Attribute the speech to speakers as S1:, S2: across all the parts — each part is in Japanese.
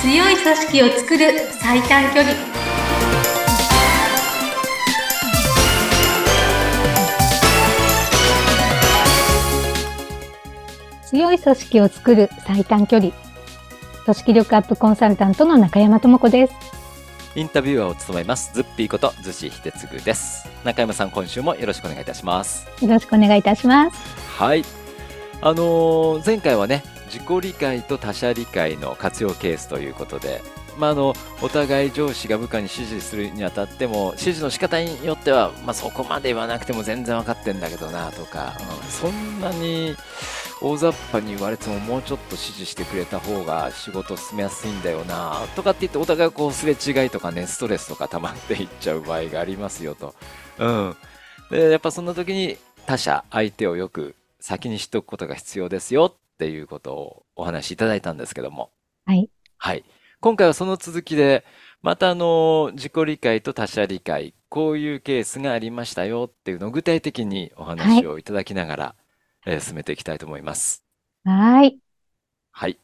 S1: 組織を作る最短距離
S2: 強い組織を作る最短距離組織力アップコンサルタントの中山智子です
S3: インタビュアーを務めますズッピーこと逗子秀次です中山さん今週もよろしくお願いいたします
S2: よろしくお願いいたします
S3: はいあのー前回はね自己理解と他者理解の活用ケースということでまあ、あのお互い上司が部下に指示するにあたっても指示の仕方によっては、まあ、そこまで言わなくても全然分かってんだけどなとか、うんそんなに大雑把に言われてももうちょっと指示してくれた方が仕事進めやすいんだよなとかって言ってお互いこうすれ違いとかねストレスとか溜まっていっちゃう場合がありますよと。うん、でやっぱそんな時に他者相手をよく先に知っておくことが必要ですよっていうことをお話しいただいたんですけども。
S2: はい。
S3: はい。今回はその続きで、またあの、自己理解と他者理解、こういうケースがありましたよっていうのを具体的にお話をいただきながら、えー進めていきたいと思います。
S2: はい
S3: はい。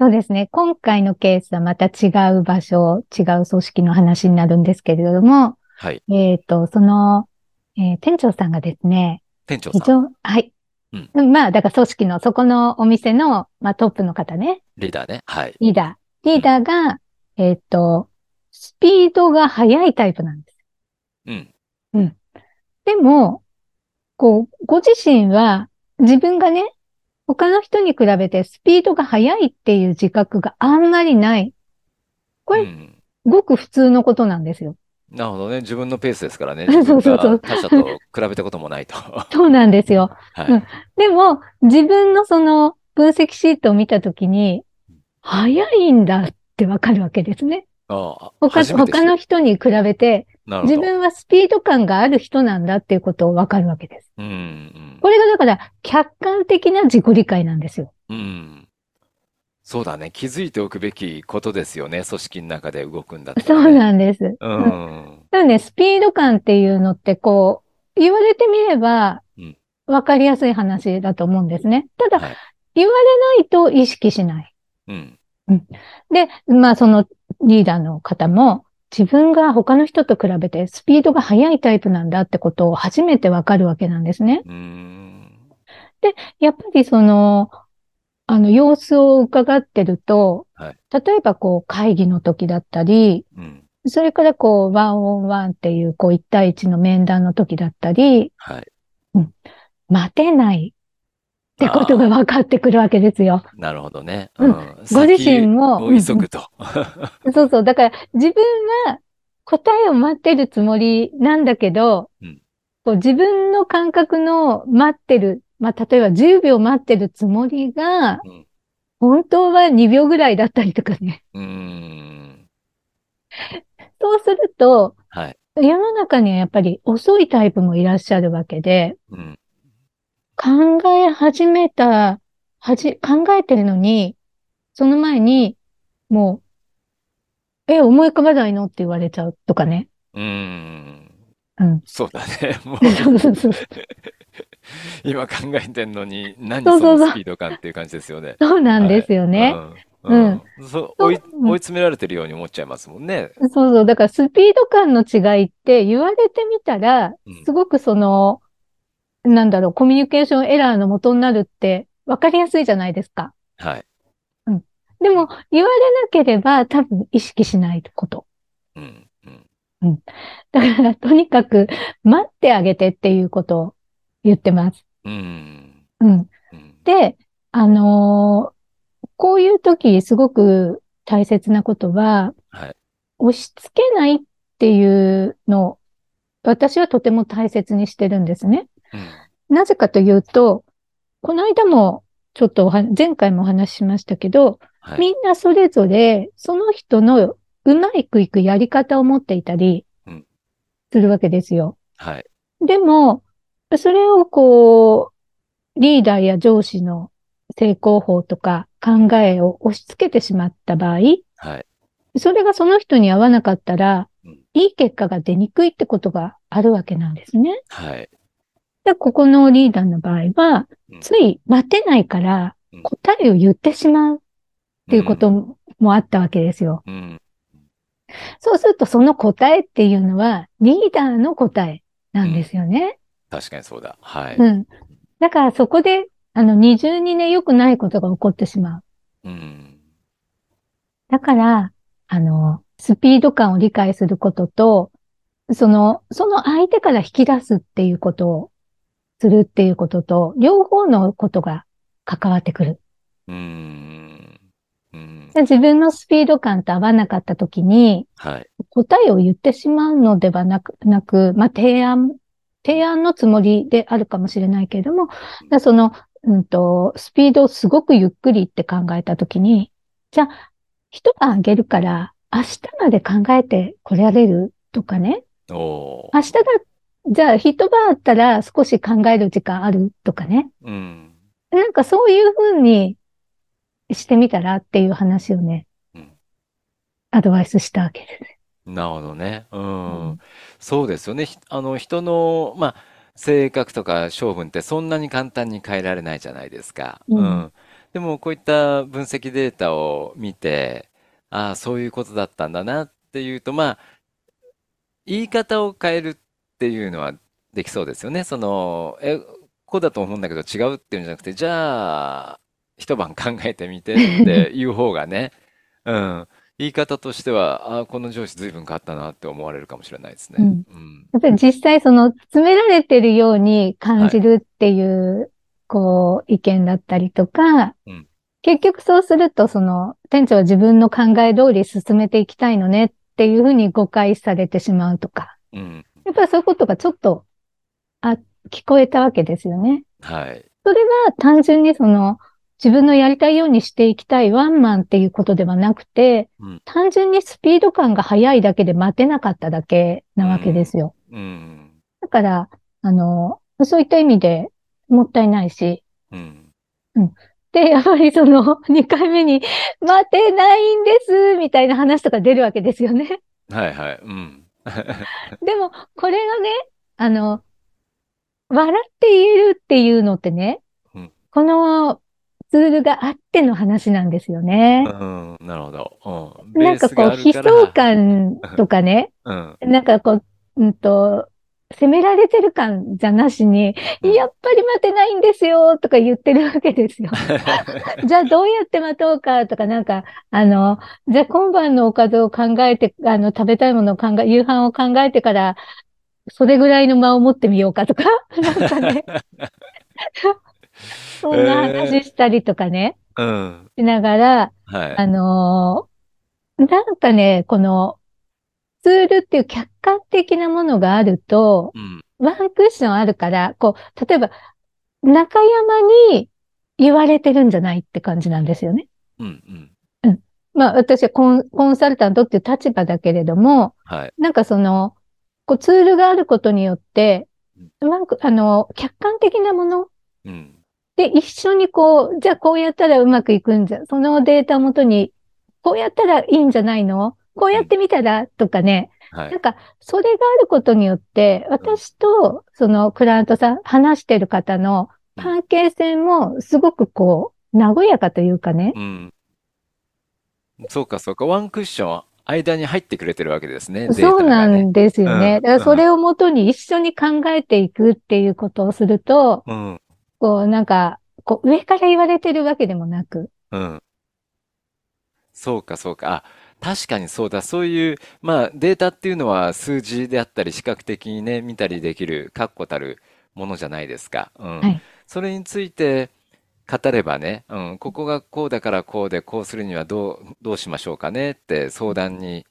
S2: そうですね今回のケースはまた違う場所違う組織の話になるんですけれども
S3: はい。
S2: えっ、とその、えー店長さんがですね
S3: 店長
S2: 一
S3: さん、
S2: 応はい、まあだから組織のそこのお店の、まあ、トップの方ね
S3: リーダーね。はい。
S2: リーダーリーダーが、えっ、とスピードが速いタイプなんです
S3: うん。
S2: でも、こう、ご自身は自分がね、他の人に比べてスピードが速いっていう自覚があんまりない。こ
S3: う
S2: れ、
S3: ん
S2: ごく普通のことなんですよ。
S3: なるほどね。自分のペースですから ね。
S2: そうそうそう
S3: 自分が他者と比べたこともないと。 は
S2: そうなんですよ。
S3: い。
S2: うんでも、自分のその分析シートを見たときに、速いんだってわかるわけですね。
S3: ああ、
S2: 他、
S3: 初めて知
S2: 他の人に比べて、
S3: なるほ
S2: 自
S3: ど。
S2: 分はスピード感がある人なんだっていうことをわかるわけです。
S3: うん、
S2: これがだから、客観的な自己理解なんですよ。
S3: うん。うん。そうだね。気づいておくべきことですよね。組織の中で動くんだった
S2: そ
S3: ら
S2: う
S3: ね。
S2: なんです。
S3: うん。
S2: なので、スピード感っていうのって、こう、言われてみれば
S3: うん、
S2: わかりやすい話だと思うんですね。ただ、
S3: はい
S2: 言われないと意識しない。
S3: うん。
S2: で、まあ、そのリーダーの方も、自分が他の人と比べてスピードが速いタイプなんだってことを初めてわかるわけなんですね。
S3: うーん。
S2: やっぱりその、あの、様子を伺ってると、
S3: はい
S2: 例えばこう会議の時だったり、
S3: うん。
S2: それからこうワンオンワンっていうこう一対一の面談の時だったり、
S3: はい。
S2: 待てないってことが分かってくるわけですよ。
S3: なるほどね。
S2: うん
S3: ん
S2: ご自身も
S3: 先を急ぐと。
S2: そうそう。だから自分は答えを待ってるつもりなんだけど、
S3: うん
S2: こう自分の感覚の待ってる、まあ、例えば10秒待ってるつもりが、
S3: うん
S2: 本当は2秒ぐらいだったりとかね。
S3: うーん。
S2: そうすると、
S3: はい。
S2: 世の中にはやっぱり遅いタイプもいらっしゃるわけで、
S3: うん。
S2: 考え始めた、はじ、考えてるのに、その前に、もう、え、思い浮かばないのって言われちゃうとかね。
S3: うーん。
S2: うん
S3: そうだね。もう、
S2: そうそうそう。
S3: 今考えてんのに、何
S2: そうそうそう
S3: そのスピード感っていう感じですよね。
S2: そうなんですよね。
S3: うん。うん。そう、追い、
S2: うん
S3: 追い詰められてるように思っちゃいますもんね。
S2: そうそう。だからスピード感の違いって言われてみたら
S3: うん、
S2: すごくその、なんだろう、コミュニケーションエラーの元になるって分かりやすいじゃないですか。
S3: はい。
S2: でも、言われなければ多分意識しないこと。
S3: うん。うん。
S2: だから、とにかく待ってあげてっていうことを言ってます。
S3: うん。
S2: うん。
S3: うん。
S2: で、あのーこういう時すごく大切なことは、
S3: はい
S2: 押し付けないっていうのを、私はとても大切にしてるんですね。
S3: うん
S2: なぜかというと、この間もちょっとおは前回もお話ししましたけど、
S3: はい。
S2: みんなそれぞれその人のうまくいくやり方を持っていたり
S3: うん
S2: するわけですよ。
S3: はい。
S2: でも、それをこう、リーダーや上司の成功法とか考えを押し付けてしまった場合、
S3: はい。
S2: それがその人に合わなかったら
S3: うん、
S2: いい結果が出にくいってことがあるわけなんですね。
S3: はい。
S2: で、ここのリーダーの場合は
S3: うん、
S2: つい待てないから
S3: うん
S2: 答えを言ってしまう。っていうこともあったわけですよ。
S3: うん。
S2: そうすると、その答えっていうのは、リーダーの答えなんですよね。
S3: 確かにそうだ。はい。
S2: うん。だから、そこで、あの、二重にね、良くないことが起こってしまう。
S3: うん。
S2: だから、あの、スピード感を理解することと、その、その相手から引き出すっていうことをするっていうことと、両方のことが関わってくる。
S3: うん。うん。
S2: 自分のスピード感と合わなかった時に、
S3: はい。
S2: 答えを言ってしまうのではなく、なく、まあ、提案、提案のつもりであるかもしれないけれども、だからその、うんと、スピードをすごくゆっくりって考えたときに、じゃあ、一晩あげるから、明日まで考えてこられるとかね。
S3: おー
S2: 明日が、じゃあ一晩あったら少し考える時間あるとかね。
S3: うん。
S2: なんかそういうふうにしてみたらっていう話をね
S3: うん、
S2: アドバイスしたわけです。
S3: なるほどね。う
S2: うん
S3: ん。そうですよね。ひあの、人の、まあ、性格とか性分ってそんなに簡単に変えられないじゃないですか。
S2: うん
S3: うん。でも、こういった分析データを見て、ああ、そういうことだったんだなっていうと、まあ、言い方を変えるっていうのはできそうですよね。その、え、こうだと思うんだけど違うっていうんじゃなくて、じゃあ、一晩考えてみ てっていう方がね、うん、言い方としては、あ、この上司随分変わったなって思われるかもしれないですね。
S2: うん
S3: うん。
S2: やっぱり実際その詰められてるように感じるっていう、こう、意見だったりとか、
S3: うん
S2: 結局そうするとその店長は自分の考え通り進めていきたいのねっていうふうに誤解されてしまうとか、
S3: うん。
S2: やっぱりそういうことがちょっと、あ、聞こえたわけですよね。
S3: はい。
S2: それは単純にその自分のやりたいようにしていきたいワンマンっていうことではなくて、
S3: うん
S2: 単純にスピード感が速いだけで待てなかっただけなわけですよ。
S3: うん。
S2: だから、あの、そういった意味でもったいないし、
S3: うん。
S2: で、やっぱりその 2回目に待てないんですみたいな話とか出るわけですよ ね。
S3: はいはい。うん。
S2: でも、これがね、あの、笑って言えるっていうのってね
S3: うん、
S2: このツールがあっての話なんですよね。
S3: うん。なるほど。うん。ベ
S2: なん
S3: ー
S2: か
S3: ス
S2: こう、
S3: がある
S2: 悲
S3: から、
S2: 壮感とか ね、
S3: うん。
S2: なんかこう、うんと、責められてる感じゃなしに、
S3: うん
S2: やっぱり待てないんですよとか言ってるわけですよ。 じゃあどうやって待とうかとかなんか、あの、じゃあ今晩のおかずを考えて、あの、食べたいものを考え、夕飯を考えてから、それぐらいの間を持ってみようかとか、 なんか ね、そんな話したりとかね、
S3: うん。
S2: しながら、
S3: はい。
S2: あのーなんかね、このツールっていう客観的なものがあると、
S3: うん。
S2: ワンクッションあるから、こう、例えば、中山に言われてるんじゃないって感じなんですよね。
S3: うん。うん。
S2: まあ、私はコンコンサルタントっていう立場だけれども、
S3: はい。
S2: なんかその、こうツールがあることによって、ワンク、あの、客観的なもの
S3: うん。
S2: で、一緒にこう、じゃあこうやったらうまくいくんじゃ、そのデータをもとに、こうやったらいいんじゃないのこうやってみたらとかね、
S3: は
S2: なん
S3: い。
S2: か、それがあることによって、私と、そのクライアントさん、話してる方の関係性も、すごくこう、和やかというかね、
S3: うん。そうか、そうか。ワンクッション、間に入ってくれてるわけですね。データ
S2: そうな
S3: がね。
S2: んですよ
S3: う
S2: ね。
S3: ん
S2: だからそれをもとに一緒に考えていくっていうことをすると、
S3: うん。
S2: こう、なんか、こう、上から言われてるわけでもなく、
S3: うん。そうか、そうか。あ、確かにそうだ。そういう、まあ、データっていうのは数字であったり、視覚的にね、見たりできる、確固たるものじゃないですか。うん
S2: はい。
S3: それについて語ればね、うん、ここがこうだからこうで、こうするにはどう、どうしましょうかねって相談に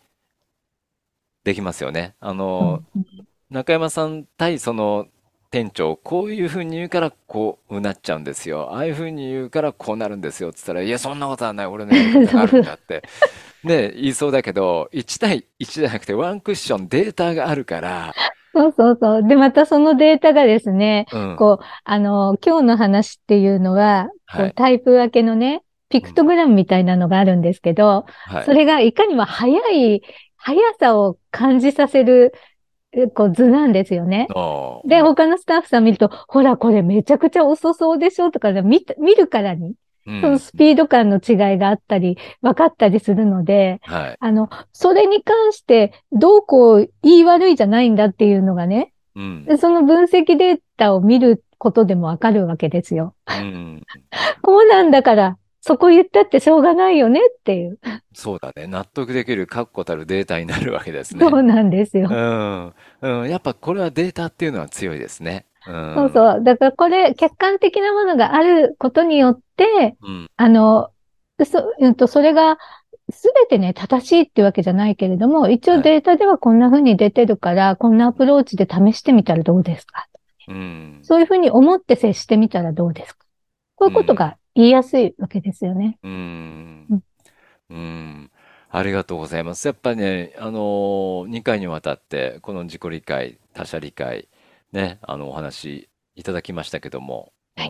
S3: できますよね。あの、中山さん対その店長、こういうふうに言うからこうなっちゃうんですよ。ああいうふうに言うからこうなるんですよ。っつったら、いや、そんなことはない。俺のやり方があるんだって。 ね、言いそうだけど、1対1じゃなくてワンクッションデータがあるから、
S2: そうそうそう。で、またそのデータがですね、
S3: うん、
S2: こう、あの、今日の話っていうのは、こ
S3: は
S2: う
S3: い、
S2: タイプ分けのね、ピクトグラムみたいなのがあるんですけど、
S3: はい
S2: そ。れがいかにも速い、速さを感じさせる、えこう、図なんですよね。
S3: おー
S2: で、
S3: うん
S2: 他のスタッフさん見ると、ほら、これめちゃくちゃ遅そうでしょとかね、見た見るからに。
S3: うん
S2: そのスピード感の違いがあったり、分かったりするので、
S3: はい。
S2: あの、それに関して、どうこう、言い悪いじゃないんだっていうのがね、
S3: うん。
S2: でその分析データを見ることでもわかるわけですよ。
S3: うん
S2: こうなんだから、そこ言ったってしょうがないよねっていう。
S3: そうだね。納得できる確固たるデータになるわけですね。
S2: そうなんですよ。
S3: うん。うん。やっぱこれはデータっていうのは強いですね。うん。
S2: そうそう。だからこれ、客観的なものがあることによって、
S3: うん。
S2: あの、そ、うんと、それが、すべてね、正しいってわけじゃないけれども、一
S3: は
S2: 応
S3: い
S2: データではこんな風に出てるから、こんなアプローチで試してみたらどうですか
S3: うん。
S2: そういうふうに思って接してみたらどうですかこういうことが言いやすいわけですよね。
S3: うーん
S2: うん。
S3: うーん。ありがとうございます。やっぱね、あのー、2回にわたって、この自己理解、他者理解、ね、あの、お話いただきましたけども、うん
S2: は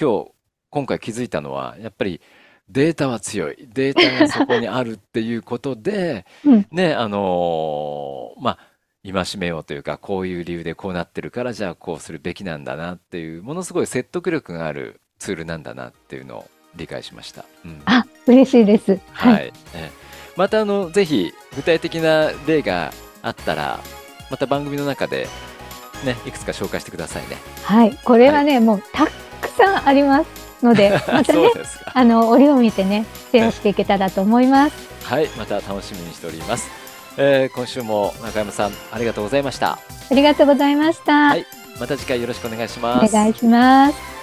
S3: 今日、今回気づいたのは、やっぱりデータは強い。データがそこにあるっていうことで
S2: うん、
S3: ね、あのー、まあ、戒めようというか、こういう理由でこうなってるから、じゃあこうするべきなんだなっていう、ものすごい説得力があるツールなんだなっていうのを理解しました。うん。
S2: あ、嬉しいです。
S3: は
S2: はい。
S3: い、えーまたあのぜひ具体的な例があったらまた番組の中で、ね、いくつか紹介してくださいね。
S2: はい。これはね、もうたっくさんありますの で、また
S3: そ
S2: ね
S3: う、ですか。
S2: あの、折を見てね、シェアしていけたらと思います。
S3: はい、また楽しみにしております。えー今週も中山さんありがとうございました。
S2: ありがとうございました。
S3: はいまた次回よろしくお願いしま
S2: お
S3: す。
S2: 願いします。